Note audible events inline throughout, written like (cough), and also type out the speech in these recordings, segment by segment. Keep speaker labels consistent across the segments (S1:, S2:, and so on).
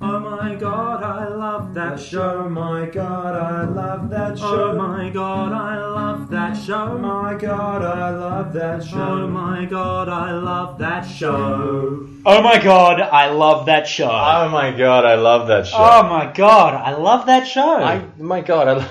S1: Oh my god, I love that
S2: Oh
S1: show.
S2: my god, I love that show.
S1: Oh my god, I love that
S2: Oh
S1: show.
S2: my god, I love that show.
S1: Oh my god, I love that show.
S3: Oh my god, I love that show. Oh,
S4: Oh my god, I love that show.
S3: my god, I love that show.
S4: I, my god, I love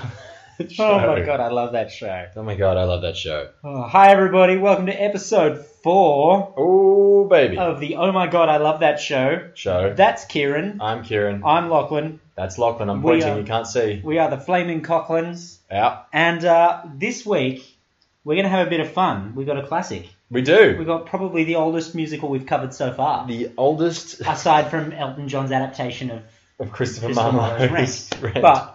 S4: that show.
S3: oh my god, I love that show.
S4: Oh my god, I love that show.
S3: Oh, hi everybody, welcome to episode four
S4: Oh baby.
S3: of the Oh my god, I love that show.
S4: show.
S3: That's Kieran.
S4: I'm Kieran.
S3: I'm Lachlan.
S4: That's Lachlan. I'm
S3: We
S4: pointing.
S3: are-
S4: You can't see.
S3: We are the Flaming Cochrans,
S4: Yeah,
S3: and uh, this week we're gonna have a bit of fun. We got a classic.
S4: we do.
S3: We got probably the oldest musical we've covered so far,
S4: the oldest
S3: aside from Elton John's adaptation of
S4: of Christopher
S3: Ah. Christopher Marlowe's
S4: Marlowe's
S3: Rent.
S4: Rent.
S3: But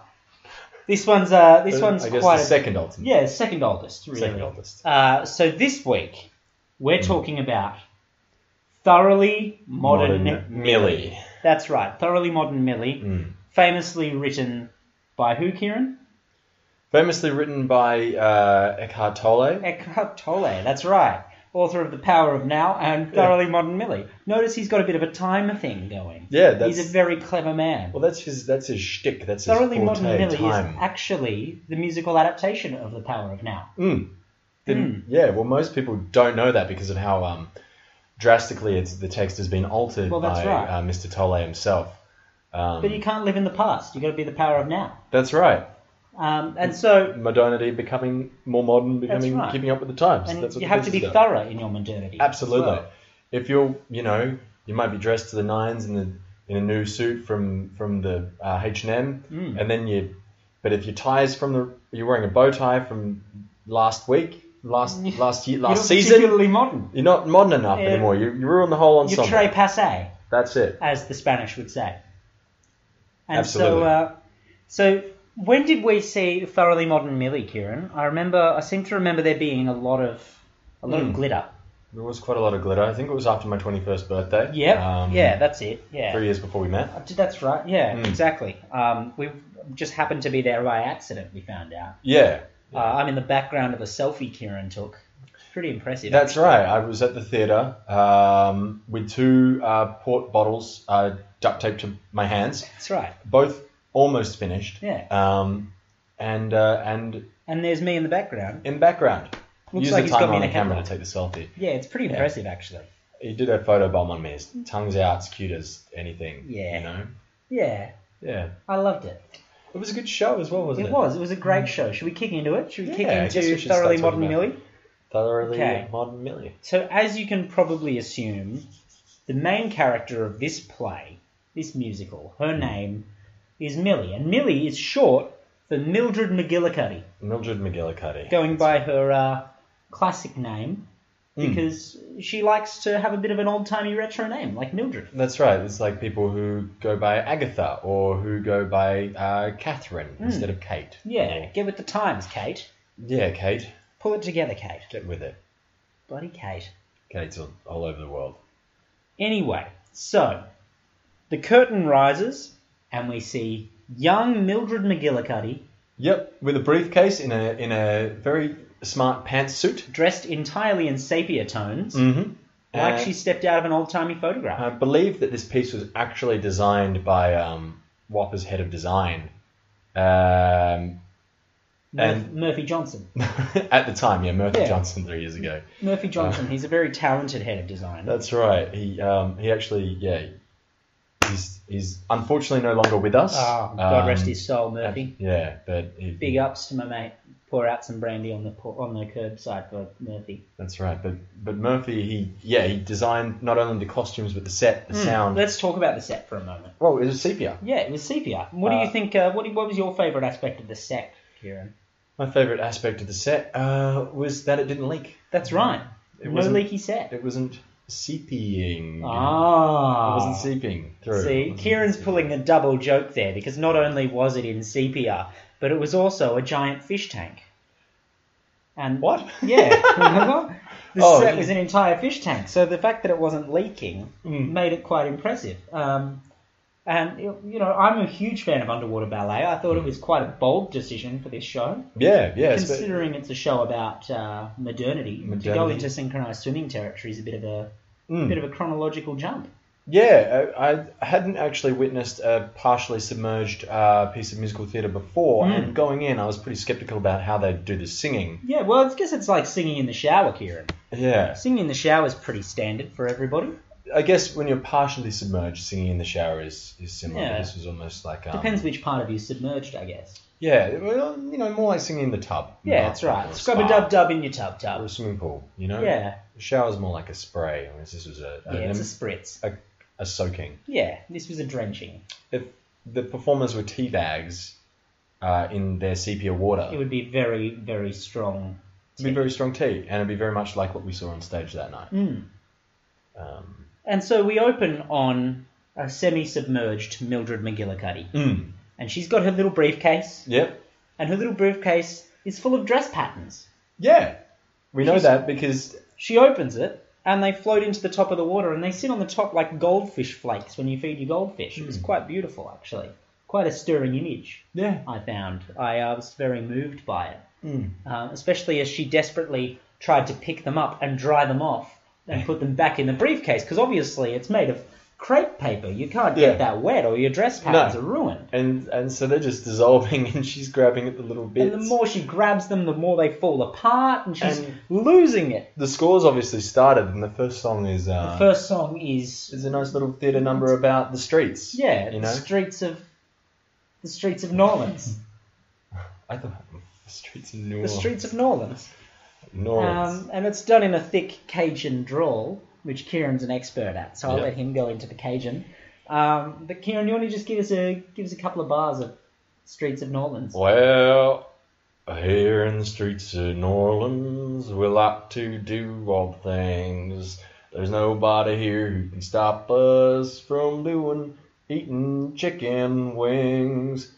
S3: this one's uh, this
S4: Uh,
S3: one's
S4: I guess
S3: quite
S4: the
S3: a-
S4: second oldest.
S3: yeah second oldest really.
S4: Second oldest. Hmm.
S3: Uh, so this week we're talking about thoroughly modern,
S4: Millie.
S3: That's right, thoroughly modern Millie,
S4: Mm.
S3: famously written by who? Kieran
S4: Famously written by uh, Eckhart Tolle.
S3: Eckhart Tolle. That's right, author of The Power of Now and Thoroughly Modern Millie. Notice he's got a bit of a time thing going.
S4: Yeah, that's
S3: he's a very clever man.
S4: well. That's his. That's his shtick. That's his
S3: Thoroughly
S4: forte.
S3: Modern Millie
S4: time.
S3: is actually the musical adaptation of The Power of Now.
S4: Mm. Then,
S3: Hmm.
S4: Yeah, well, most people don't know that because of how um, drastically it's, the text has been altered
S3: Well, that's
S4: by
S3: right.
S4: uh, Mr. Tolle himself. Um,
S3: But you can't live in the past. You've got to be the power of now.
S4: that's right.
S3: Um, and so,
S4: Modernity becoming more modern, becoming
S3: right.
S4: keeping up with the times.
S3: and
S4: that's what
S3: you
S4: the
S3: have to
S4: text
S3: be
S4: is about.
S3: thorough in your modernity. as
S4: Absolutely.
S3: well.
S4: If you're, you know, you might be dressed to the nines in a, in a new suit from from the uh, H&M,
S3: Mm.
S4: and then you, but if your ties from the, you're wearing a bow tie from last week,
S3: (laughs)
S4: last last year,
S3: You're
S4: last
S3: not
S4: season,
S3: particularly modern.
S4: You're not modern enough
S3: Yeah.
S4: anymore. You, you ruin the whole
S3: You're
S4: ensemble.
S3: très passé,
S4: That's it.
S3: as the Spanish would say. And
S4: Absolutely.
S3: so, uh, so when did we see thoroughly modern Millie, Kieran? I remember. I seem to remember there being a lot of a lot
S4: Mm.
S3: of glitter.
S4: There was quite a lot of glitter. I think it was after my 21st birthday.
S3: Yep.
S4: Um,
S3: yeah, that's it. Yeah.
S4: Three years before we met.
S3: That's right. Yeah,
S4: Mm.
S3: exactly. Um, we just happened to be there by accident. We found out.
S4: Yeah.
S3: Uh, I'm in the background of a selfie Kieran took. Pretty impressive.
S4: That's right. I was at the theatre um, with two uh, port bottles uh, duct taped to my hands,
S3: That's right.
S4: both almost finished.
S3: Yeah.
S4: Um, and uh, and
S3: And there's me in the background.
S4: in background,
S3: Looks
S4: use
S3: like
S4: the
S3: he's
S4: timer
S3: got me
S4: on
S3: in
S4: the
S3: a
S4: camera to
S3: headlock.
S4: take the selfie.
S3: Yeah, it's pretty impressive actually.
S4: He did a photobomb on me. His tongue's out. It's cute as anything.
S3: Yeah.
S4: You know.
S3: Yeah,
S4: Yeah.
S3: I loved it.
S4: It was a good show as well, wasn't
S3: It
S4: it? Mm.
S3: was. It was a great show. Should we kick into it? Should we kick
S4: Yeah, I guess we
S3: into
S4: should
S3: Thoroughly
S4: start
S3: Modern
S4: talking about
S3: Millie?
S4: Thoroughly
S3: Okay.
S4: modern Millie.
S3: So, as you can probably assume, the main character of this play, this musical,
S4: Mm.
S3: her name is Millie, and Millie is short for Mildred McGillicuddy,
S4: Mildred McGillicuddy.
S3: going by her uh, classic name.
S4: Mm.
S3: Because she likes to have a bit of an old timey retro name, like Mildred.
S4: That's right. It's like people who go by Agatha or who go by uh, Catherine instead of Kate.
S3: Hmm. Yeah, get with the times, Kate.
S4: Yeah, Kate.
S3: Pull it together, Kate.
S4: Get with it.
S3: Bloody Kate.
S4: Kate's all, all over the world.
S3: Anyway, so the curtain rises and we see young Mildred McGillicuddy
S4: Yep, with a briefcase in a in a very smart pantsuit.
S3: dressed entirely in sepia tones,
S4: Mm-hmm. uh,
S3: like she stepped out of an old timey photograph.
S4: I believe that this piece was actually designed by um, Whopper's head of design um,
S3: Murph-
S4: (laughs) and-
S3: Murphy
S4: (laughs)
S3: Johnson.
S4: at the time. Yeah, Murphy
S3: Yeah.
S4: Johnson three years ago.
S3: Murphy Johnson, he's a very talented head of design.
S4: That's right. He um, he actually yeah. He's he's unfortunately no longer with us.
S3: Oh, God
S4: Um,
S3: rest his soul, Murphy.
S4: Yeah, but he,
S3: Big ups to my mate. Pour out some brandy on the por- on the curbside for Murphy.
S4: That's right. But but Murphy he yeah he designed not only the costumes but the set,
S3: Hmm.
S4: the sound.
S3: Let's talk about the set for a moment.
S4: Well, it was sepia.
S3: Yeah, it was sepia. What do
S4: Uh,
S3: you think? Uh, what, do- what was your favourite aspect of the set, Kieran?
S4: My favorite aspect of the set uh, was that it didn't leak.
S3: That's right.
S4: It
S3: no
S4: wasn't-
S3: leaky set.
S4: It wasn't seeping. It
S3: Ah.
S4: wasn't seeping through. It
S3: See,
S4: wasn't
S3: Kieran's
S4: seeping.
S3: pulling a double joke there because not only was it in sepia, but it was also a giant fish tank. And
S4: What?
S3: Yeah, (laughs) remember? The
S4: Oh,
S3: set
S4: yeah.
S3: was an entire fish tank, so the fact that it wasn't leaking
S4: Hmm.
S3: made it quite impressive. Um, and you know, I'm a huge fan of underwater ballet. I
S4: Hmm.
S3: thought it was quite a bold decision for this show,
S4: Yeah, yeah. it's-
S3: considering it's a show about uh, modernity, To go
S4: Modernity.
S3: into synchronized swimming territory is a bit of a
S4: Mm.
S3: bit of a chronological jump.
S4: Yeah, I, I hadn't actually witnessed a partially submerged uh, piece of musical theatre
S3: Hmm.
S4: before, and going in, I was pretty skeptical about how they'd do the singing.
S3: Yeah, well, I guess it's like singing in the shower, Kieran.
S4: Yeah,
S3: Singing in the shower is pretty standard for everybody.
S4: I guess when you're partially submerged, singing in the shower is, is similar. but
S3: Yeah.
S4: This was almost like um,
S3: Depends which part of you submerged, I guess.
S4: Yeah, well, you know, more like singing in the tub.
S3: Yeah,
S4: not
S3: that's
S4: like
S3: right.
S4: a
S3: Scrub a
S4: spa
S3: dub dub in your tub
S4: Or a
S3: tub.
S4: swimming pool, you know.
S3: Yeah,
S4: the shower's more like a spray. Whereas this was a
S3: yeah,
S4: an-
S3: it's a spritz.
S4: a, a soaking.
S3: Yeah, this was a drenching.
S4: If the performers were tea bags uh, in their sepia water,
S3: It would be very, very strong.
S4: it'd be very strong tea, and it'd be very much like what we saw on stage that night.
S3: Mm.
S4: Um,
S3: And so we open on a semi-submerged Mildred McGillicuddy,
S4: Hmm.
S3: and she's got her little briefcase,
S4: Yep.
S3: and her little briefcase is full of dress patterns.
S4: Yeah. We know
S3: She's-
S4: that because
S3: She opens it, and they float into the top of the water, and they sit on the top like goldfish flakes when you feed your goldfish. It was
S4: Hmm.
S3: quite beautiful, actually. Quite a stirring image.
S4: yeah,
S3: I found. I uh, was very moved by it,
S4: Hmm.
S3: um, especially as she desperately tried to pick them up and dry them off and put them back in the briefcase because obviously it's made of crepe paper. You can't
S4: Yeah.
S3: get that wet or your dress patterns are ruined.
S4: and and so they're just dissolving, (laughs) and she's grabbing at the little bits.
S3: And the more she grabs them, the more they fall apart, and she's
S4: And-
S3: losing it.
S4: the score's obviously started, and the first song is uh,
S3: The first song is
S4: It's a nice little theatre number about the streets.
S3: yeah, the
S4: you know.
S3: streets of the streets of Norlands,
S4: I thought the streets in New
S3: the
S4: Orleans.
S3: streets of Norlands.
S4: New Orleans.
S3: Um, and it's done in a thick Cajun drawl, which Kieran's an expert at, so I'll
S4: Yeah.
S3: let him go into the Cajun. Um, but Kieran, you want to just give us a give us a couple of bars of Streets of New Orleans?
S4: well, here in the streets of New Orleans, we like to do all the things. There's nobody here who can stop us from doing eating chicken wings.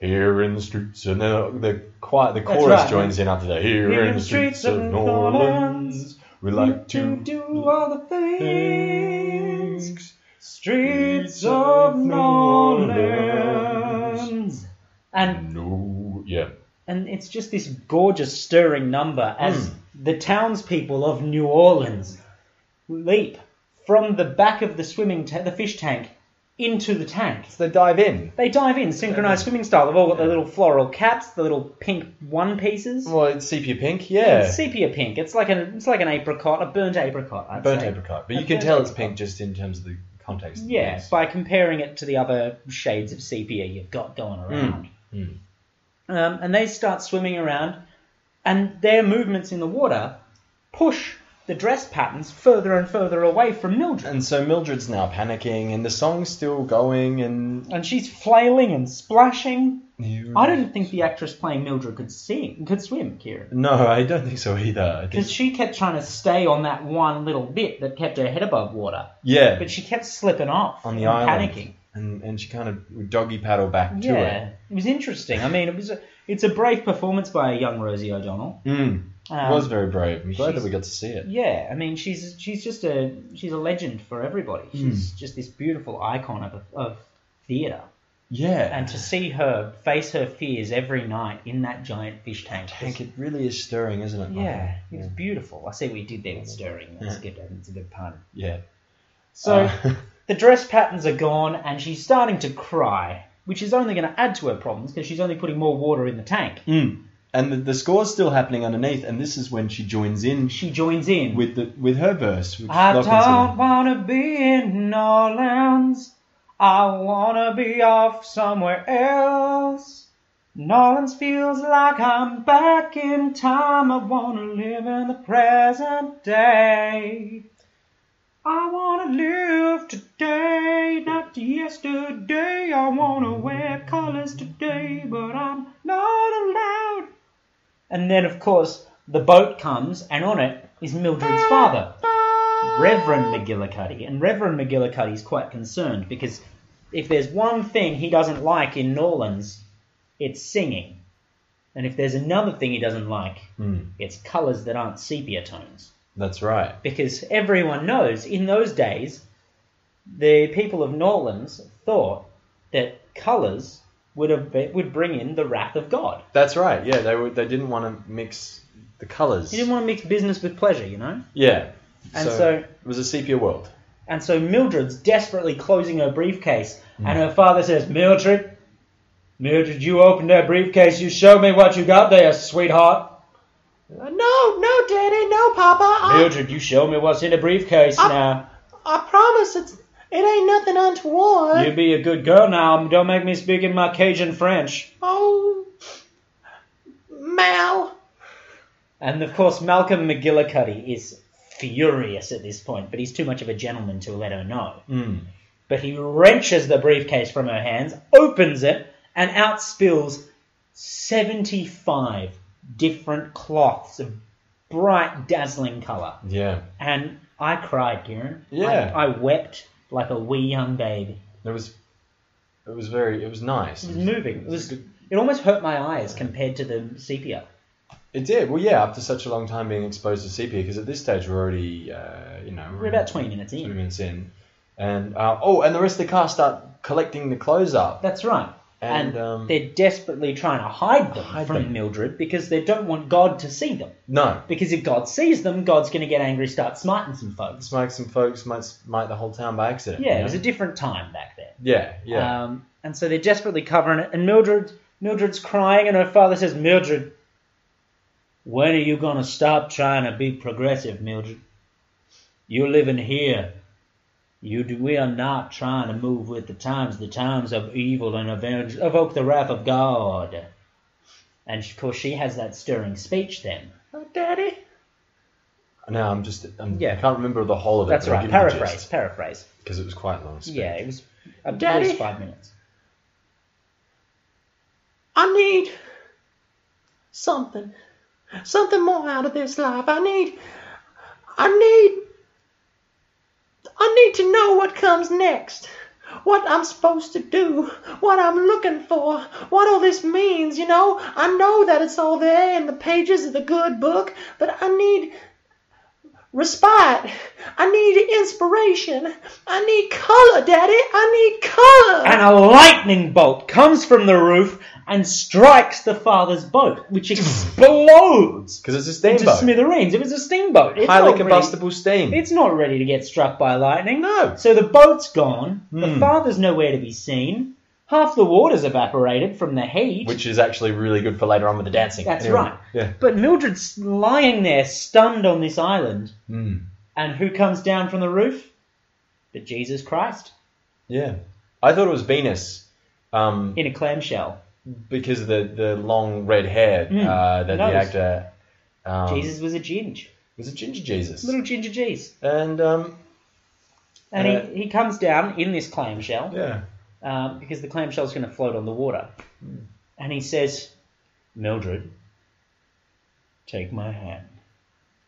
S4: Here in the streets, and then the quiet the
S3: That's
S4: chorus
S3: right.
S4: joins in after that. Here, in the streets, of New Orleans, we like to
S3: do all the things.
S4: things.
S3: Streets of New Orleans. And
S4: No, yeah.
S3: and it's just this gorgeous, stirring number as
S4: Hmm.
S3: the townspeople of New Orleans leap from the back of the swimming ta- the fish tank into the tank.
S4: So they dive in.
S3: They dive in, synchronized swimming style. They've all got their little floral caps, the little pink one pieces.
S4: Well, it's sepia pink, yeah.
S3: Sepia pink. It's like an it's like an apricot, a burnt apricot. I'd
S4: Burnt
S3: say.
S4: apricot. But
S3: A
S4: you can
S3: burnt
S4: tell it's
S3: apricot.
S4: pink just in terms of the context. of
S3: Yeah,
S4: this.
S3: by comparing it to the other shades of sepia you've got going
S4: Hmm.
S3: around. Um, and they start swimming around, and their movements in the water push the dress patterns further and further away from Mildred.
S4: And so Mildred's now panicking, and the song's still going, and.
S3: And she's flailing and splashing.
S4: Hmm.
S3: I don't think the actress playing Mildred could sing, could swim, Kieran.
S4: No, I don't think so either. I think,
S3: Because she kept trying to stay on that one little bit that kept her head above water,
S4: yeah,
S3: but she kept slipping off
S4: on the
S3: and
S4: island.
S3: panicking.
S4: And, and she kind of doggy paddle back
S3: Yeah,
S4: to it.
S3: it was interesting. I mean, it was a, it's a brave performance by a young Rosie O'Donnell.
S4: Mm.
S3: Um,
S4: it was very brave. I'm glad that
S3: she's-
S4: we got to see it.
S3: Yeah, I mean, she's she's just a she's a legend for everybody. She's just this beautiful icon of of theatre,
S4: Yeah.
S3: and to see her face her fears every night in that giant fish tank.
S4: I
S3: was-
S4: think it really is stirring, isn't it?
S3: yeah,
S4: Michael?
S3: it was beautiful. I see what you did there with stirring. That's good. That's a good pun.
S4: Yeah.
S3: So
S4: Uh, (laughs)
S3: the dress patterns are gone, and she's starting to cry, which is only going to add to her problems because she's only putting more water in the tank.
S4: hmm. and the, the score's still happening underneath, and this is when she joins in
S3: She Ah, joins in
S4: with the with her verse. Which
S3: I
S4: Lachlan's
S3: don't
S4: in.
S3: wanna be in New Orleans. I wanna be off somewhere else. New Orleans feels like I'm back in time. I wanna live in the present day. I wanna live today, not yesterday. I wanna wear colors today, but I'm not allowed. And then, of course, the boat comes, and on it is Mildred's father. Reverend McGillicuddy, and Reverend McGillicuddy's quite concerned because if there's one thing he doesn't like in Norlands, it's singing. And if there's another thing he doesn't like, it's colours that aren't sepia tones.
S4: Hmm. That's right.
S3: Because everyone knows in those days, the people of Norlands thought that colours would, have be- would bring in the wrath of God.
S4: That's right. Yeah, they were, they didn't want to mix the colors.
S3: You didn't want to mix business with pleasure, you know?
S4: yeah.
S3: And so-
S4: it was a sepia world.
S3: And so Mildred's desperately closing her briefcase, and her father says, Mildred, Mildred, you open that briefcase. You show me what you got there, sweetheart. No, no, Daddy, no, Papa. Mildred, you show me what's in the briefcase now. I promise it's it ain't nothing untoward. You be a good girl now. Um, Don't make me speak in my Cajun French. Oh, Mal. And of course, Malcolm McGillicuddy is furious at this point, but he's too much of a gentleman to let her know.
S4: Mm.
S3: But he wrenches the briefcase from her hands, opens it, and out spills 75 different cloths of bright, dazzling colour.
S4: Yeah.
S3: And I cried, Kieran.
S4: Yeah.
S3: I, I wept like a wee young baby.
S4: It was. It was very. It was nice.
S3: It was moving. It was. It almost hurt my eyes compared to the sepia.
S4: It did. Well, yeah. After such a long time being exposed to sepia, because at this stage we're already, uh, you know,
S3: We're about 20 minutes in.
S4: 20 minutes in, and uh, oh, and the rest of the cast start collecting the clothes up.
S3: That's right. And,
S4: And, um,
S3: they're desperately trying to hide them
S4: Hide
S3: from
S4: them.
S3: Mildred because they don't want God to see them.
S4: No,
S3: Because if God sees them, God's going to get angry, start smiting some folks.
S4: smite some folks, might smite the whole town by accident.
S3: Yeah,
S4: you
S3: it was
S4: know?
S3: a different time back then.
S4: yeah, yeah.
S3: Um, and so they're desperately covering it. And Mildred, Mildred's crying, and her father says, "Mildred, when are you gonna stop trying to be progressive, Mildred? You're living here. You do, we are not trying to move with the times. The times of evil and avenge, evoke the wrath of God." And of course, she has that stirring speech then. Oh, Daddy.
S4: now I'm just, I'm,
S3: yeah.
S4: I can't remember the whole of it.
S3: That's right. Paraphrase. Paraphrase.
S4: because it was quite long. speech.
S3: Yeah, it was at
S2: Daddy?
S3: least five minutes.
S2: I need something, something more out of this life. I need, I need, I need to know what comes next, what I'm supposed to do, what I'm looking for, what all this means. You know, I know that it's all there in the pages of the good book, but I need respite. I need inspiration. I need color, Daddy. I need color.
S3: and a lightning bolt comes from the roof and strikes the father's boat, which explodes
S4: Because it's a
S3: into
S4: (laughs) steamboat.
S3: smithereens. It was a steamboat. It's
S4: Highly
S3: not
S4: combustible steam.
S3: Ready, it's not ready to get struck by lightning.
S4: No.
S3: So the boat's gone. The
S4: Hmm.
S3: father's nowhere to be seen. Half the water's evaporated from the heat.
S4: which is actually really good for later on with the dancing.
S3: That's
S4: Anyway,
S3: right.
S4: Yeah.
S3: But Mildred's lying there, stunned on this island.
S4: Mm.
S3: And who comes down from the roof? But Jesus Christ
S4: Yeah. I thought it was Venus. Um,
S3: in a clamshell.
S4: because of the, the long red hair
S3: Mm.
S4: uh, that
S3: Nose.
S4: the actor um,
S3: Jesus was a ginger.
S4: was a ginger Jesus,
S3: Little ginger G's.
S4: and um,
S3: And
S4: Uh,
S3: he, he comes down in this clamshell
S4: yeah,
S3: um, because the clamshell's going to float on the water. And he says, Mildred, take my hand.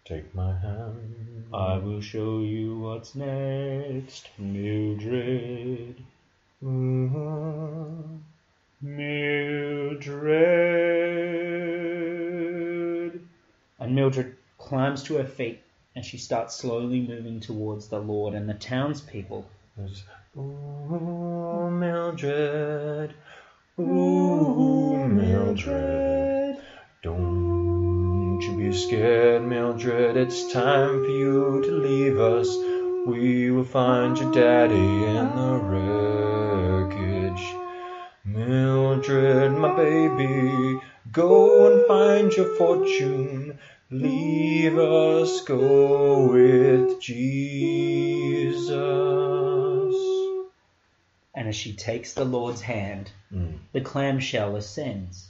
S4: take my hand.
S3: I will show you what's next, Mildred. Mm-hmm.
S4: Mhm.
S3: Mildred. And Mildred climbs to her feet and she starts slowly moving towards the Lord and the townspeople.
S4: There's- Ooh, Mildred. Ooh,
S3: Ooh,
S4: Mildred. Don't you be scared, Mildred. It's time for you to leave us. We will find your daddy in the wreckage. Mildred, my baby, go and find your fortune. Leave us, go with Jesus.
S3: And as she takes the Lord's hand,
S4: Mm.
S3: the clamshell ascends.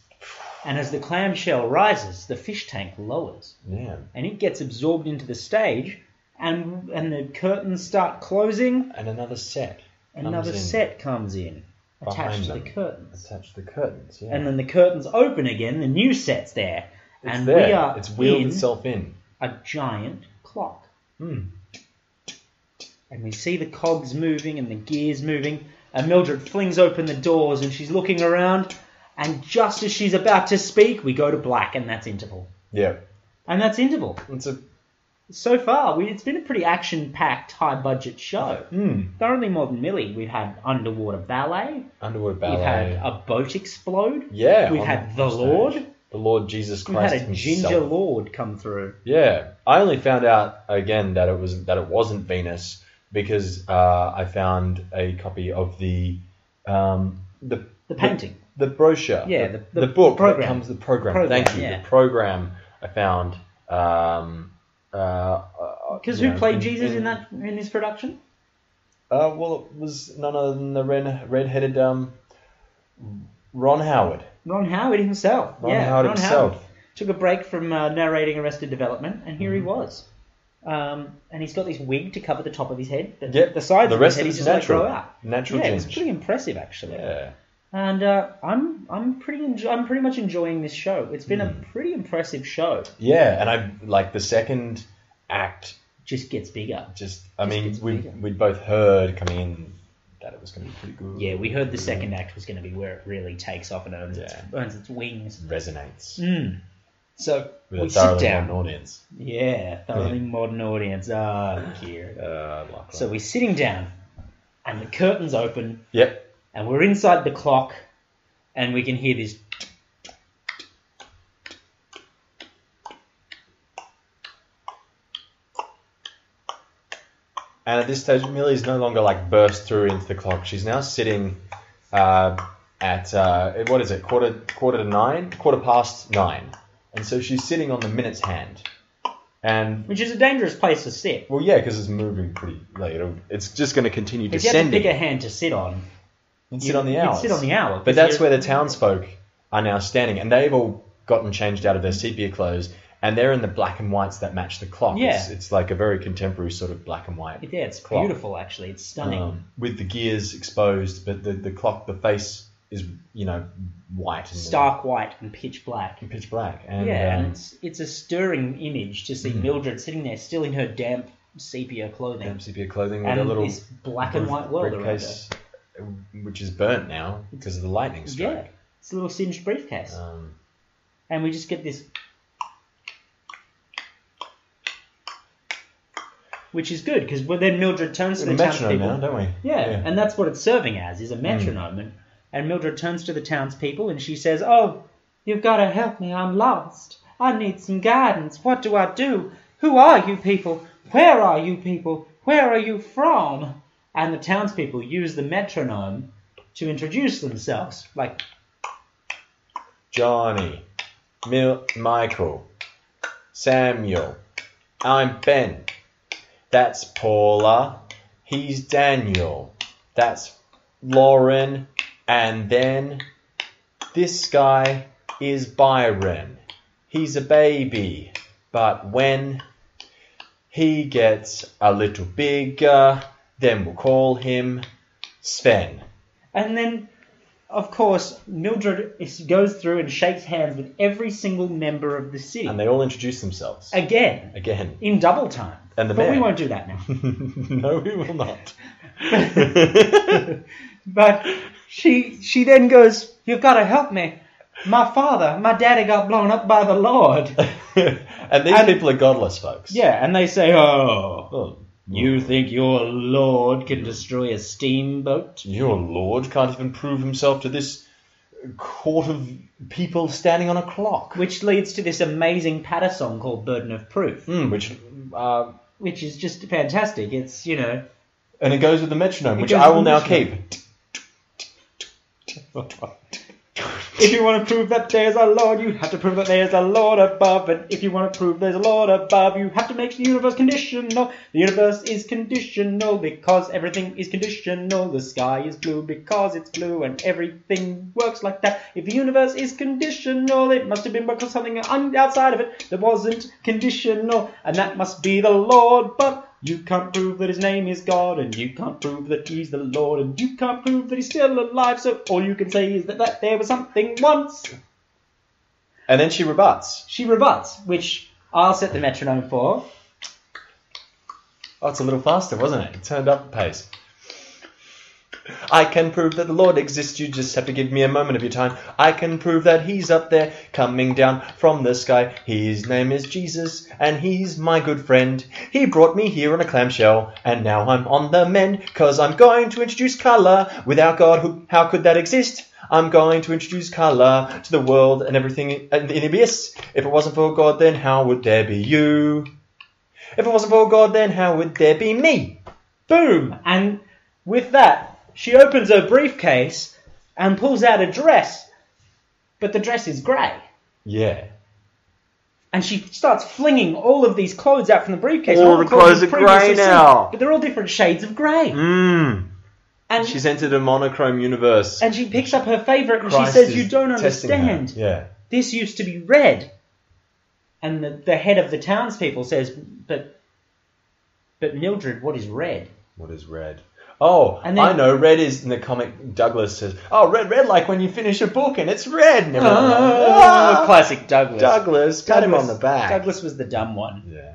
S3: And as the clamshell rises, the fish tank lowers
S4: Yeah.
S3: and it gets absorbed into the stage and and the curtains start closing.
S4: And another set. comes
S3: Another
S4: in
S3: set comes in attached
S4: behind
S3: to the
S4: them.
S3: curtains.
S4: Attach the curtains, yeah.
S3: And then the curtains open again, the new set's there.
S4: it's
S3: and
S4: there.
S3: we are
S4: it's wheeled
S3: in
S4: itself in.
S3: a giant clock.
S4: Hmm.
S3: And we see the cogs moving and the gears moving. And Mildred flings open the doors and she's looking around. And just as she's about to speak, we go to black, and that's interval.
S4: Yeah.
S3: And that's interval.
S4: It's a
S3: So far, we, it's been a pretty action packed, high budget show.
S4: hmm.
S3: Thoroughly Modern Millie, we've had underwater ballet,
S4: Underwater ballet.
S3: we've had a boat explode,
S4: yeah.
S3: we've
S4: on
S3: had the
S4: stage.
S3: Lord,
S4: The Lord Jesus
S3: we've
S4: Christ
S3: had a
S4: himself.
S3: ginger lord come through.
S4: Yeah, I only found out again that it was that it wasn't Venus because uh, I found a copy of the um, the
S3: The painting.
S4: the, brochure,
S3: Yeah,
S4: the,
S3: the-
S4: the book
S3: program.
S4: that comes the program.
S3: Program,
S4: Thank you,
S3: yeah.
S4: the program. I found um, uh,
S3: Because
S4: yeah, Mm-hmm.
S3: who played
S4: in-
S3: Jesus in
S4: in-
S3: that in this production?
S4: Uh, well, it was none other than the red, red-headed um, Ron Howard.
S3: Ron Howard himself.
S4: Ron
S3: yeah,
S4: Howard
S3: Ron
S4: himself.
S3: Howard took a break from uh, narrating Arrested Development, and here he
S4: Mm-hmm.
S3: was. Um, and he's got this wig to cover the top of his head. The,
S4: Yep,
S3: the sides
S4: the
S3: of his
S4: rest
S3: head
S4: of
S3: he's
S4: it's
S3: just like
S4: natural.
S3: grow out.
S4: Natural
S3: Yeah, it's
S4: ginge.
S3: pretty impressive actually.
S4: Yeah.
S3: And uh, I'm I'm pretty enjo- I'm pretty much enjoying this show. It's been
S4: Mm.
S3: a pretty impressive show.
S4: Yeah, and I like the second act.
S3: Just gets bigger.
S4: Just, I
S3: Just
S4: mean,
S3: gets
S4: we
S3: bigger.
S4: we both heard coming in that it was going to be pretty good.
S3: Yeah, we heard the second act was going to be where it really takes off and earns, its,
S4: Mm. Yeah.
S3: earns its wings.
S4: resonates
S3: Mm. So
S4: with
S3: we
S4: a thoroughly
S3: sit down.
S4: modern audience.
S3: Yeah, thoroughly modern audience. Ah, dear.
S4: Uh, like
S3: So
S4: that.
S3: we're sitting down, and the curtains open,
S4: yep,
S3: and we're inside the clock, and we can hear this.
S4: and at this stage, Millie's no longer like burst through into the clock. She's now sitting uh, at uh, at- what is it? Quarter quarter to nine, quarter past nine, and so she's sitting on the minutes hand, and
S3: Which is a dangerous place to sit.
S4: Well, yeah, because it's moving pretty. Like it'll, it's just going to continue
S3: If you had to
S4: descending.
S3: pick a hand to sit on,
S4: and
S3: you'd-
S4: sit on the
S3: you'd
S4: hours.
S3: sit on the hour,
S4: But
S3: 'cause
S4: that's
S3: you're-
S4: where the townsfolk are now standing, and they've all gotten changed out of their sepia clothes, and they're in the black and whites that match the clock.
S3: Yeah.
S4: It's, it's like a very contemporary sort of black and white.
S3: yeah, it's
S4: Clock.
S3: beautiful actually. It's stunning.
S4: Um, with the gears exposed, but the, the clock, the face is you know white and
S3: Stark white and pitch black.
S4: and pitch black. And,
S3: yeah,
S4: um,
S3: and it's it's a stirring image to see Mildred sitting there, still in her damp sepia clothing,
S4: damp sepia clothing with a
S3: and
S4: little
S3: this black and
S4: brief-
S3: white world around her.
S4: briefcase, uh, which is burnt now because of the lightning
S3: Yeah,
S4: strike.
S3: it's a little singed briefcase,
S4: Um,
S3: and we just get this, which is good because then Mildred turns to
S4: We're
S3: the
S4: a metronome
S3: townspeople.
S4: now, don't we?
S3: Yeah, Hmm. and that's what it's serving as is a metronome. And, and Mildred turns to the townspeople and she says, "Oh, you've got to help me. I'm lost. I need some guidance. What do I do? Who are you people? Where are you people? Where are you from?" And the townspeople use the metronome to introduce themselves, like
S4: Johnny, Mil- Michael, Samuel. I'm Ben. That's Paula. He's Daniel. That's Lauren. And then this guy is Byron. He's a baby. But when he gets a little bigger, then we'll call him Sven.
S3: And then, of course, Mildred is, goes through and shakes hands with every single member of the city.
S4: And they all introduce themselves
S3: Again,
S4: again.
S3: in double time.
S4: And the
S3: but we
S4: mayor.
S3: won't do that now. (laughs)
S4: no, we will not.
S3: but she she then goes, You've got to help me. My father, my daddy got blown up by the Lord.
S4: and these
S3: And-
S4: people are godless, folks.
S3: (laughs) yeah, and they say, Oh,
S4: Oh,
S3: you think your Lord can destroy a steamboat?
S4: your lord can't even prove himself to this court of people standing on a clock.
S3: Which leads to this amazing patter song called Burden of Proof,
S4: Hmm, which,
S3: Mm.
S4: uh,
S3: which is just fantastic. It's, you know,
S4: and it goes with the metronome,
S3: It
S4: which
S3: goes
S4: I
S3: with
S4: will
S3: the
S4: now
S3: metronome.
S4: keep.
S3: If you want to prove that there's a Lord, you have to prove that there's a Lord above. And if you want to prove there's a Lord above, you have to make the universe conditional. The universe is conditional because everything is conditional. The sky is blue because it's blue, and everything works like that. If the universe is conditional, it must have been because something on- outside of it that wasn't conditional, and that must be the Lord. But you can't prove that his name is God, and you can't prove that he's the Lord, and you can't prove that he's still alive. So all you can say is that, that there was something once.
S4: (laughs) And then she rebuts.
S3: She rebuts, which I'll set the metronome for.
S4: Oh, it's a little faster, wasn't it? It turned up the pace. I can prove that the Lord exists. You just have to give me a moment of your time. I can prove that He's up there, coming down from the sky. His name is Jesus, and He's my good friend. He brought me here on a clamshell, and now I'm on the mend, cause I'm going to introduce colour. Without God, who, how could that exist? I'm going to introduce colour to the world and everything in the abyss. If it wasn't for God, then how would there be you? If it wasn't for God, then how would there be me?
S3: Boom! And with that, she opens her briefcase and pulls out a dress, but the dress is grey.
S4: Yeah.
S3: And she starts flinging all of these clothes out from the briefcase.
S4: All
S3: the
S4: the clothes
S3: we've
S4: are
S3: previously
S4: grey
S3: seen,
S4: now.
S3: But they're all different shades of grey.
S4: Mmm.
S3: And,
S4: She's entered a monochrome universe.
S3: and she picks up her favourite and
S4: Christ
S3: she says,
S4: is
S3: You don't
S4: testing her."
S3: understand.
S4: Yeah.
S3: This used to be red. And the, the head of the townspeople says, But, but Mildred, what is red?
S4: What is red? Oh,
S3: And
S4: I
S3: then-
S4: know. Red is in the comic. Douglas says, "Oh, red, red, like when you finish a book and it's red." And everyone,
S3: Oh, classic Douglas.
S4: Douglas, pat Ah. him on the back.
S3: Douglas was the dumb one.
S4: Yeah.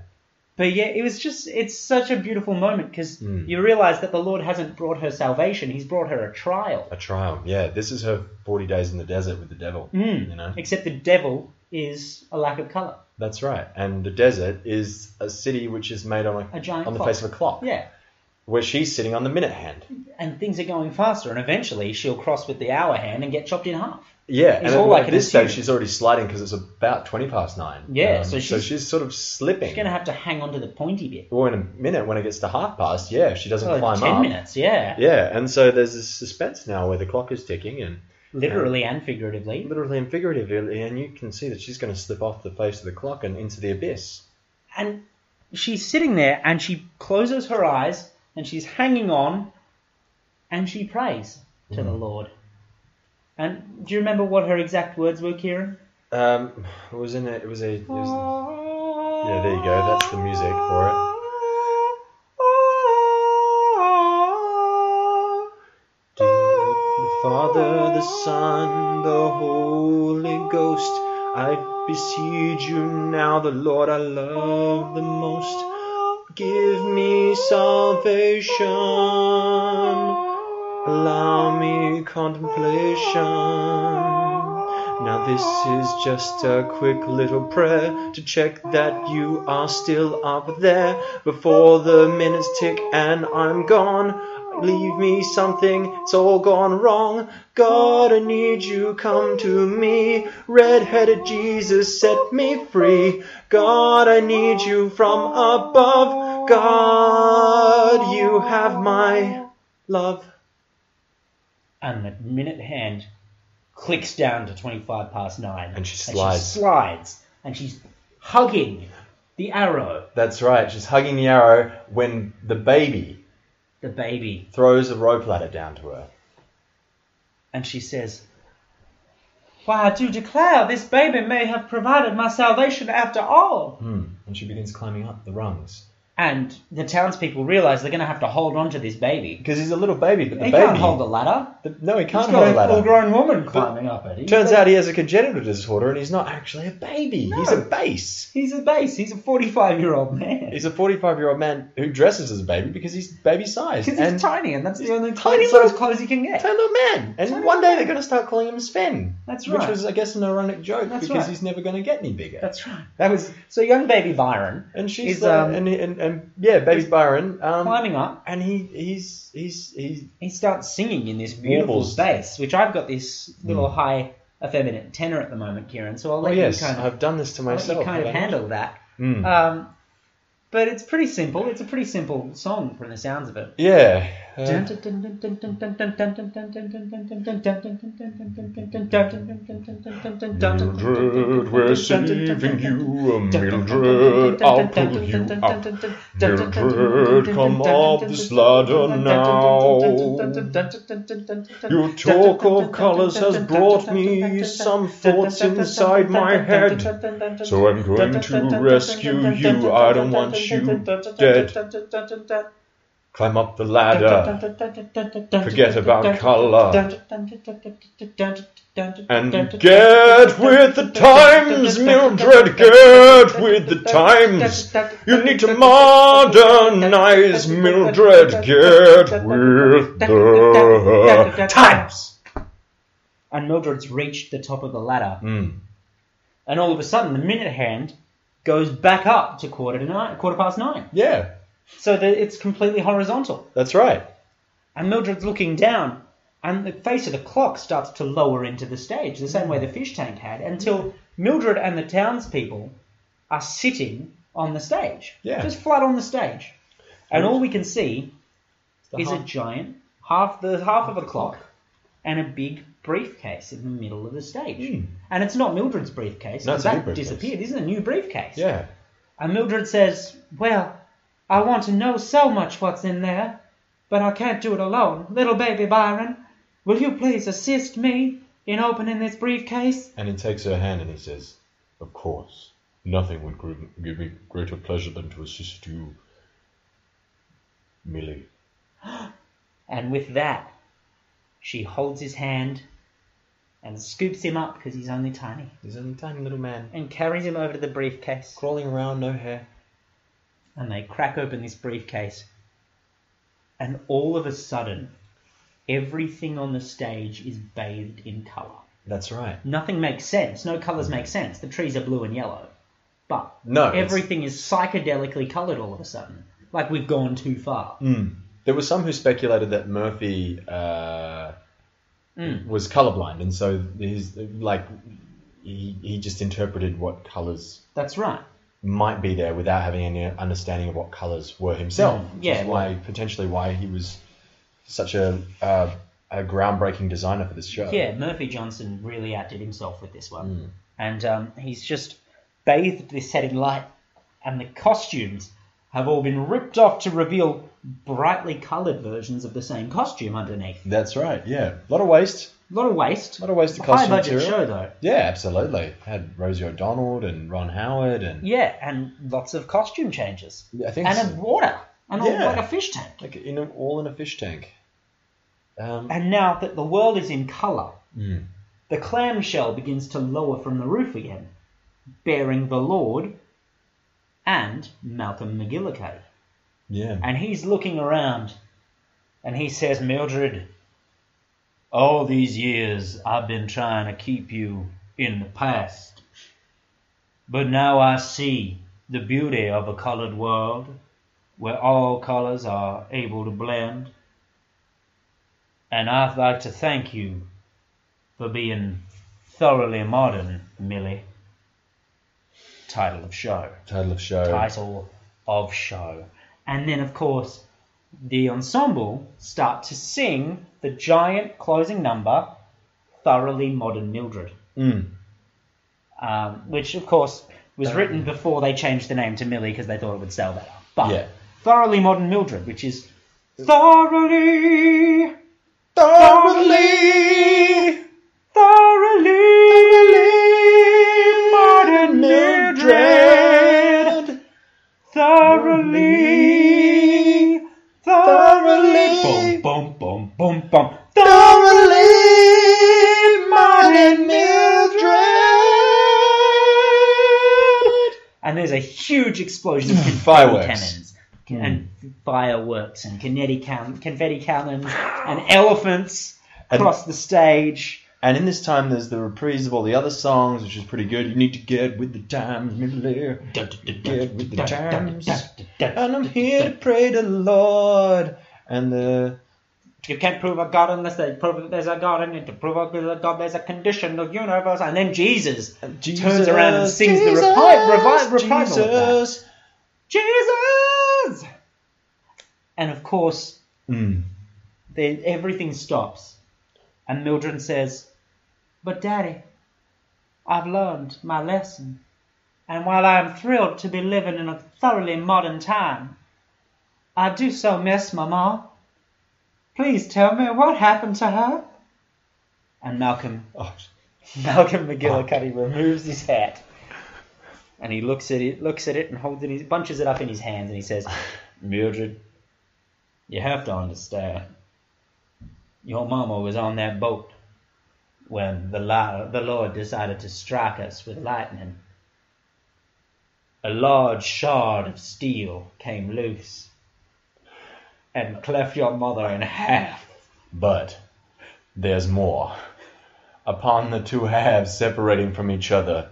S3: But yeah, it was just, it's such a beautiful moment because
S4: Mm.
S3: you realize that the Lord hasn't brought her salvation, He's brought her a trial.
S4: A trial. Yeah. This is her forty days in the desert with the devil.
S3: Mm.
S4: You know.
S3: Except the devil is a lack of color.
S4: That's right. And the desert is a city which is made on a,
S3: A giant
S4: on the
S3: clock.
S4: face of a clock.
S3: Yeah.
S4: Where she's sitting on the minute hand.
S3: And things are going faster, and eventually she'll cross with the hour hand and get chopped in half.
S4: Yeah, and
S3: It's all
S4: at-
S3: I
S4: at
S3: can
S4: this
S3: assume.
S4: stage she's already sliding because it's about twenty past nine. Um,
S3: Yeah, so
S4: so
S3: she's-
S4: she's sort of slipping.
S3: She's going to have to hang on to the pointy bit.
S4: well, in a minute when it gets to half past, yeah, if she doesn't
S3: Oh,
S4: climb
S3: 10
S4: up.
S3: minutes, yeah.
S4: Yeah, and so there's this suspense now where the clock is ticking, and
S3: Literally and figuratively.
S4: literally and figuratively, and you can see that she's going to slip off the face of the clock and into the abyss.
S3: And she's sitting there and she closes her eyes and she's hanging on and she prays to the
S4: Mm-hmm.
S3: Lord. And do you remember what her exact words were, Kieran?
S4: Um, it was in a, it was a, it was yeah. There you go. That's the music for it. The Father, the Son, the Holy Ghost. I beseech you now, the Lord I love the most. Give me salvation. Allow me contemplation. Now, this is just a quick little prayer to check that you are still up there before the minutes tick and I'm gone. Leave me something, it's all gone wrong. God, I need you, come to me. Red headed Jesus, set me free. God, I need you from above. God, you have my love.
S3: And the minute hand clicks down to 25 past nine.
S4: And she slides.
S3: slides. And she's hugging the arrow,
S4: That's right, she's hugging the arrow when the baby
S3: the baby.
S4: throws a rope ladder down to her.
S3: And she says, Why, I do declare this baby may have provided my salvation after all.
S4: Hmm. And she begins climbing up the rungs.
S3: And the townspeople realize they're going to have to hold on to this baby.
S4: Because he's a little baby, but the
S3: he
S4: baby.
S3: can't hold a ladder.
S4: the- no, he can't
S3: He's
S4: hold
S3: got
S4: a
S3: a
S4: ladder.
S3: full grown woman climbing up it. He's
S4: Turns
S3: a-
S4: out he has a congenital disorder and he's not actually a baby. He's a
S3: No.
S4: base.
S3: he's a base. He's a 45 year old man.
S4: He's a 45 year old man who dresses as a baby because he's baby sized.
S3: Because
S4: And
S3: he's tiny, and that's the only
S4: tiny
S3: tiny size
S4: little-
S3: clothes he can get.
S4: tiny little man. And
S3: Tiny
S4: one day
S3: little-
S4: they're going to start calling him Sven.
S3: That's
S4: Which
S3: right.
S4: was, I guess, an ironic joke
S3: That's
S4: because
S3: right.
S4: he's never going to get any bigger.
S3: That's right. That was so young baby Byron
S4: and she's
S3: He's,
S4: like,
S3: um,
S4: and, and, and yeah, baby Byron. Um,
S3: climbing up.
S4: and he he's he's he's
S3: He starts singing in this beautiful
S4: Warbles.
S3: bass, which I've got this little high effeminate tenor at the moment, Kieran. So I'll
S4: Hmm. oh
S3: let
S4: yes
S3: you kind of,
S4: I've done this to
S3: I'll let
S4: myself
S3: you kind of
S4: haven't I?
S3: handle that.
S4: Mm.
S3: Um, but it's pretty simple. It's a pretty simple song from the sounds of it.
S4: yeah uh,
S5: Mildred, we're saving you, uh, Mildred, I'll pull you up. Mildred, come up this ladder now. Your talk of colours has brought me some thoughts inside my head. So I'm going to rescue you. I don't want you dead.
S4: climb up the ladder
S5: Forget about colour.
S4: and get with the times Mildred get with the times you need to modernize Mildred get with the times
S3: And Mildred's reached the top of the ladder.
S4: mm.
S3: and all of a sudden the minute hand goes back up to quarter to nine, quarter past nine.
S4: yeah
S3: So that it's completely horizontal.
S4: that's right
S3: And Mildred's looking down, and the face of the clock starts to lower into the stage, the same way the fish tank had, until Mildred and the townspeople are sitting on the stage,
S4: Yeah.
S3: just flat on the stage, and all we can see
S4: The
S3: is a
S4: half-
S3: giant half the half of a clock and a big briefcase in the middle of the stage.
S4: Hmm.
S3: And it's not Mildred's briefcase.
S4: No,
S3: 'cause
S4: it's a new
S3: that
S4: briefcase.
S3: disappeared. This is a new briefcase.
S4: Yeah.
S3: And Mildred says, "Well, I want to know so much what's in there, but I can't do it alone. Little baby Byron, will you please assist me in opening this briefcase?"
S4: And he takes her hand and he says, Of course, nothing would gr- give me greater pleasure than to assist you, Millie.
S3: And with that, she holds his hand and scoops him up because he's only tiny
S4: He's a tiny little man,
S3: and carries him over to the briefcase.
S4: crawling around, no hair.
S3: And they crack open this briefcase. And all of a sudden, everything on the stage is bathed in color.
S4: That's right.
S3: Nothing makes sense. No colors make sense. The trees are blue and yellow. But
S4: No, it's-
S3: everything is psychedelically colored all of a sudden. Like we've gone too far.
S4: Mm. There were some who speculated that Murphy uh, was colorblind, and so his like he, he just interpreted what colors
S3: That's right.
S4: might be there without having any understanding of what colors were himself.
S3: Mm,
S4: which
S3: yeah,
S4: is why potentially why he was such a uh, a groundbreaking designer for this show.
S3: Yeah, Murphy Johnson really outdid himself with this one.
S4: Mm.
S3: And um, he's just bathed this set in light, and the costumes have all been ripped off to reveal brightly coloured versions of the same costume underneath.
S4: that's right. Yeah, a lot of waste.
S3: A lot of waste.
S4: Lot of waste of
S3: High
S4: costume
S3: budget
S4: material.
S3: show, though.
S4: Yeah, absolutely. Had Rosie O'Donnell and Ron Howard and
S3: Yeah, and lots of costume changes.
S4: I think
S3: And
S4: so.
S3: of water. And all,
S4: Yeah.
S3: like a fish tank.
S4: like in a, all in a fish tank. Um, mm,
S3: And now that the world is in colour, the clamshell begins to lower from the roof again, bearing the Lord and Malcolm McGillicuddy.
S4: yeah.
S3: And he's looking around and he says, Mildred, all these years I've been trying to keep you in the past, but now I see the beauty of a colored world where all colors are able to blend. And I'd like to thank you for being thoroughly modern, Millie. Title of show
S4: Title of show.
S3: title of show. And then, of course, the ensemble start to sing the giant closing number, Thoroughly Modern Mildred,
S4: Mm.
S3: um, which, of course, was written before they changed the name to Millie because they thought it would sell better. But
S4: Yeah.
S3: Thoroughly Modern Mildred, which is Thoroughly,
S4: Thoroughly,
S3: Thoroughly Modern Mildred, Thoroughly. Thoroughly. Boom, boom, boom, boom, boom.
S4: thoroughly, modern Mildred.
S3: And there's a huge explosion of confetti
S4: Fireworks.
S3: cannons. And fireworks and confetti, can- confetti cannons and elephants across the stage.
S4: And in this time, there's the reprise of all the other songs, which is pretty good. You need to get with the times, Miller. Get with the times. And I'm here to pray to the Lord. And the
S3: You can't prove a God unless they prove that there's a God, and to prove a God, there's a conditional universe. And then Jesus turns around and sings the repi- revi- revival. of that.
S4: Jesus.
S3: Jesus! And of course,
S4: Mm.
S3: then everything stops. And Mildred says, But Daddy, I've learned my lesson. And while I am thrilled to be living in a thoroughly modern time, I do so miss Mama. Please tell me what happened to her. And Malcolm,
S4: Oh,
S3: Malcolm McGillicuddy removes his hat, and he looks at it, looks at it, and holds it, he bunches it up in his hands, and he says, "Mildred, you have to understand. Your mama was on that boat when the li- the Lord decided to strike us with lightning. A large shard of steel came loose and cleft your mother in half."
S4: But there's more. Upon the two halves separating from each other,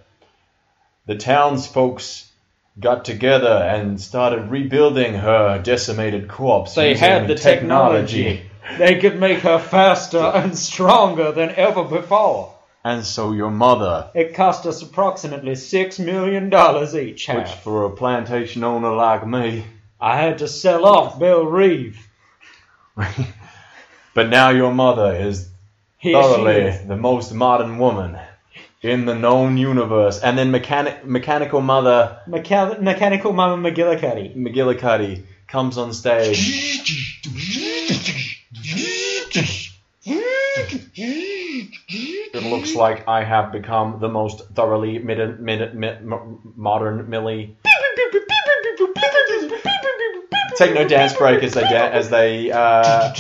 S4: the townsfolks got together and started rebuilding her decimated corpse.
S3: They
S4: using
S3: had the technology. They could make her faster and stronger than ever before.
S4: And so your mother,
S3: It cost us approximately six million dollars each
S4: which
S3: half.
S4: for a plantation owner like me, (laughs)
S3: I had to sell off Bill Reeve
S4: but now your mother is
S3: Here she
S4: thoroughly
S3: is.
S4: the most modern woman in the known universe. And then mechanic, mechanical mother
S3: Mecha- mechanical Mama McGillicuddy.
S4: McGillicuddy comes on stage.
S3: (laughs)
S4: It looks like I have become the most thoroughly mid- mid- mid- m- modern Millie. Take no dance break as they da- as they uh,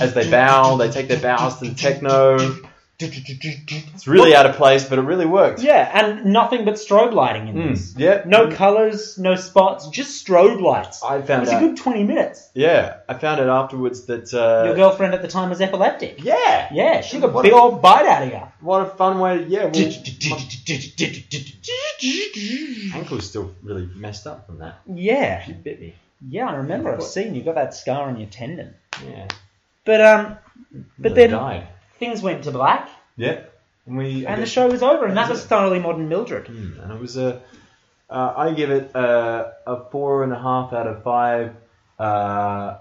S4: as they bow. They take their bows to the techno. It's really out of place, but it really worked.
S3: Yeah, and nothing but strobe lighting in
S4: Mm,
S3: this.
S4: yeah.
S3: No colours, no spots, just strobe lights.
S4: I
S3: It
S4: found
S3: was a
S4: out.
S3: good 20 minutes.
S4: yeah, I found out afterwards that. Uh,
S3: Your girlfriend at the time was epileptic.
S4: yeah,
S3: Yeah, she got a
S4: What
S3: big
S4: a-
S3: old bite out of you.
S4: What a fun way to yeah. Well, ankle's still really messed up from that.
S3: Yeah,
S4: She bit me.
S3: yeah, I remember. I've seen you got that scar on your tendon.
S4: Yeah.
S3: But um, but
S4: Nearly
S3: then
S4: died.
S3: things went to black,
S4: Yeah. And we I
S3: and the
S4: guess-
S3: show was over, and that
S4: That's
S3: was
S4: it.
S3: thoroughly modern Mildred.
S4: Mm, and it was a. Uh, I give it a, a four and a half out of five. Uh,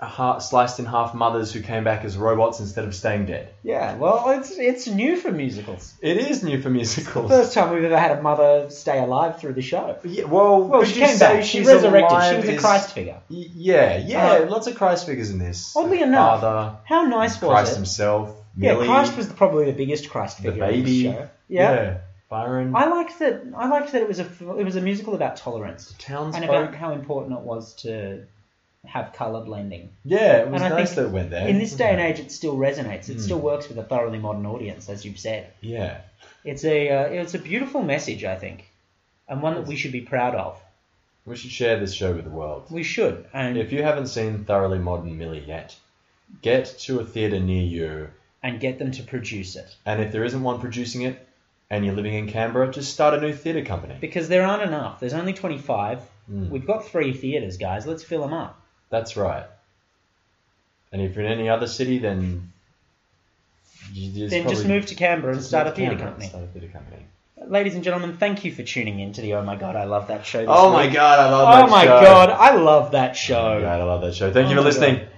S4: ha sliced in half mothers who came back as robots instead of staying dead.
S3: Yeah, well, it's it's new for musicals.
S4: It is new for musicals.
S3: First time we've ever had a mother stay alive through the show.
S4: Yeah, well,
S3: Well,
S4: would
S3: she
S4: you
S3: came
S4: say
S3: back. She
S4: she's
S3: resurrected. She
S4: alive
S3: was a
S4: is-
S3: Christ figure.
S4: Y- Yeah, yeah,
S3: Uh,
S4: lots of Christ figures in this.
S3: Oddly enough,
S4: Father,
S3: how nice was
S4: Christ
S3: it?
S4: himself,
S3: Yeah,
S4: Millie,
S3: Christ was probably the biggest Christ
S4: the
S3: figure
S4: baby.
S3: in the show. Yeah.
S4: Byron.
S3: I liked that. I liked that it was a it was a musical about tolerance
S4: Townsfolk.
S3: and about how important it was to have color blending.
S4: yeah, it was
S3: and I
S4: nice
S3: think
S4: that it went there. Hmm.
S3: In this day and
S4: wasn't
S3: age, it still resonates. It still works with a thoroughly modern audience, as you've said.
S4: it? Yeah.
S3: It's a uh, it's a beautiful message, I think, and one that we should be proud of.
S4: We should share this show with the world.
S3: We should. And
S4: If you haven't seen Thoroughly Modern Millie yet, get to a theatre near you.
S3: and get them to produce it
S4: And if there isn't one producing it, and you're living in Canberra, just start a new theatre company.
S3: because there aren't enough. There's only 25.
S4: Mm.
S3: We've got three theaters, guys. Let's fill them up.
S4: That's right. And if you're in any other city, then you just
S3: then just
S4: probably-
S3: move to Canberra and
S4: just
S3: start a
S4: move to
S3: theatre
S4: Canberra and
S3: company.
S4: Start a theatre company.
S3: Ladies and gentlemen, thank you for tuning in to the Oh My God, I Love That Show. this
S4: Oh my
S3: week.
S4: god, I love
S3: Oh
S4: that
S3: my
S4: show.
S3: God, I love that show.
S4: Oh my God, I love that show. Thank
S3: Oh
S4: you for
S3: my God.
S4: listening.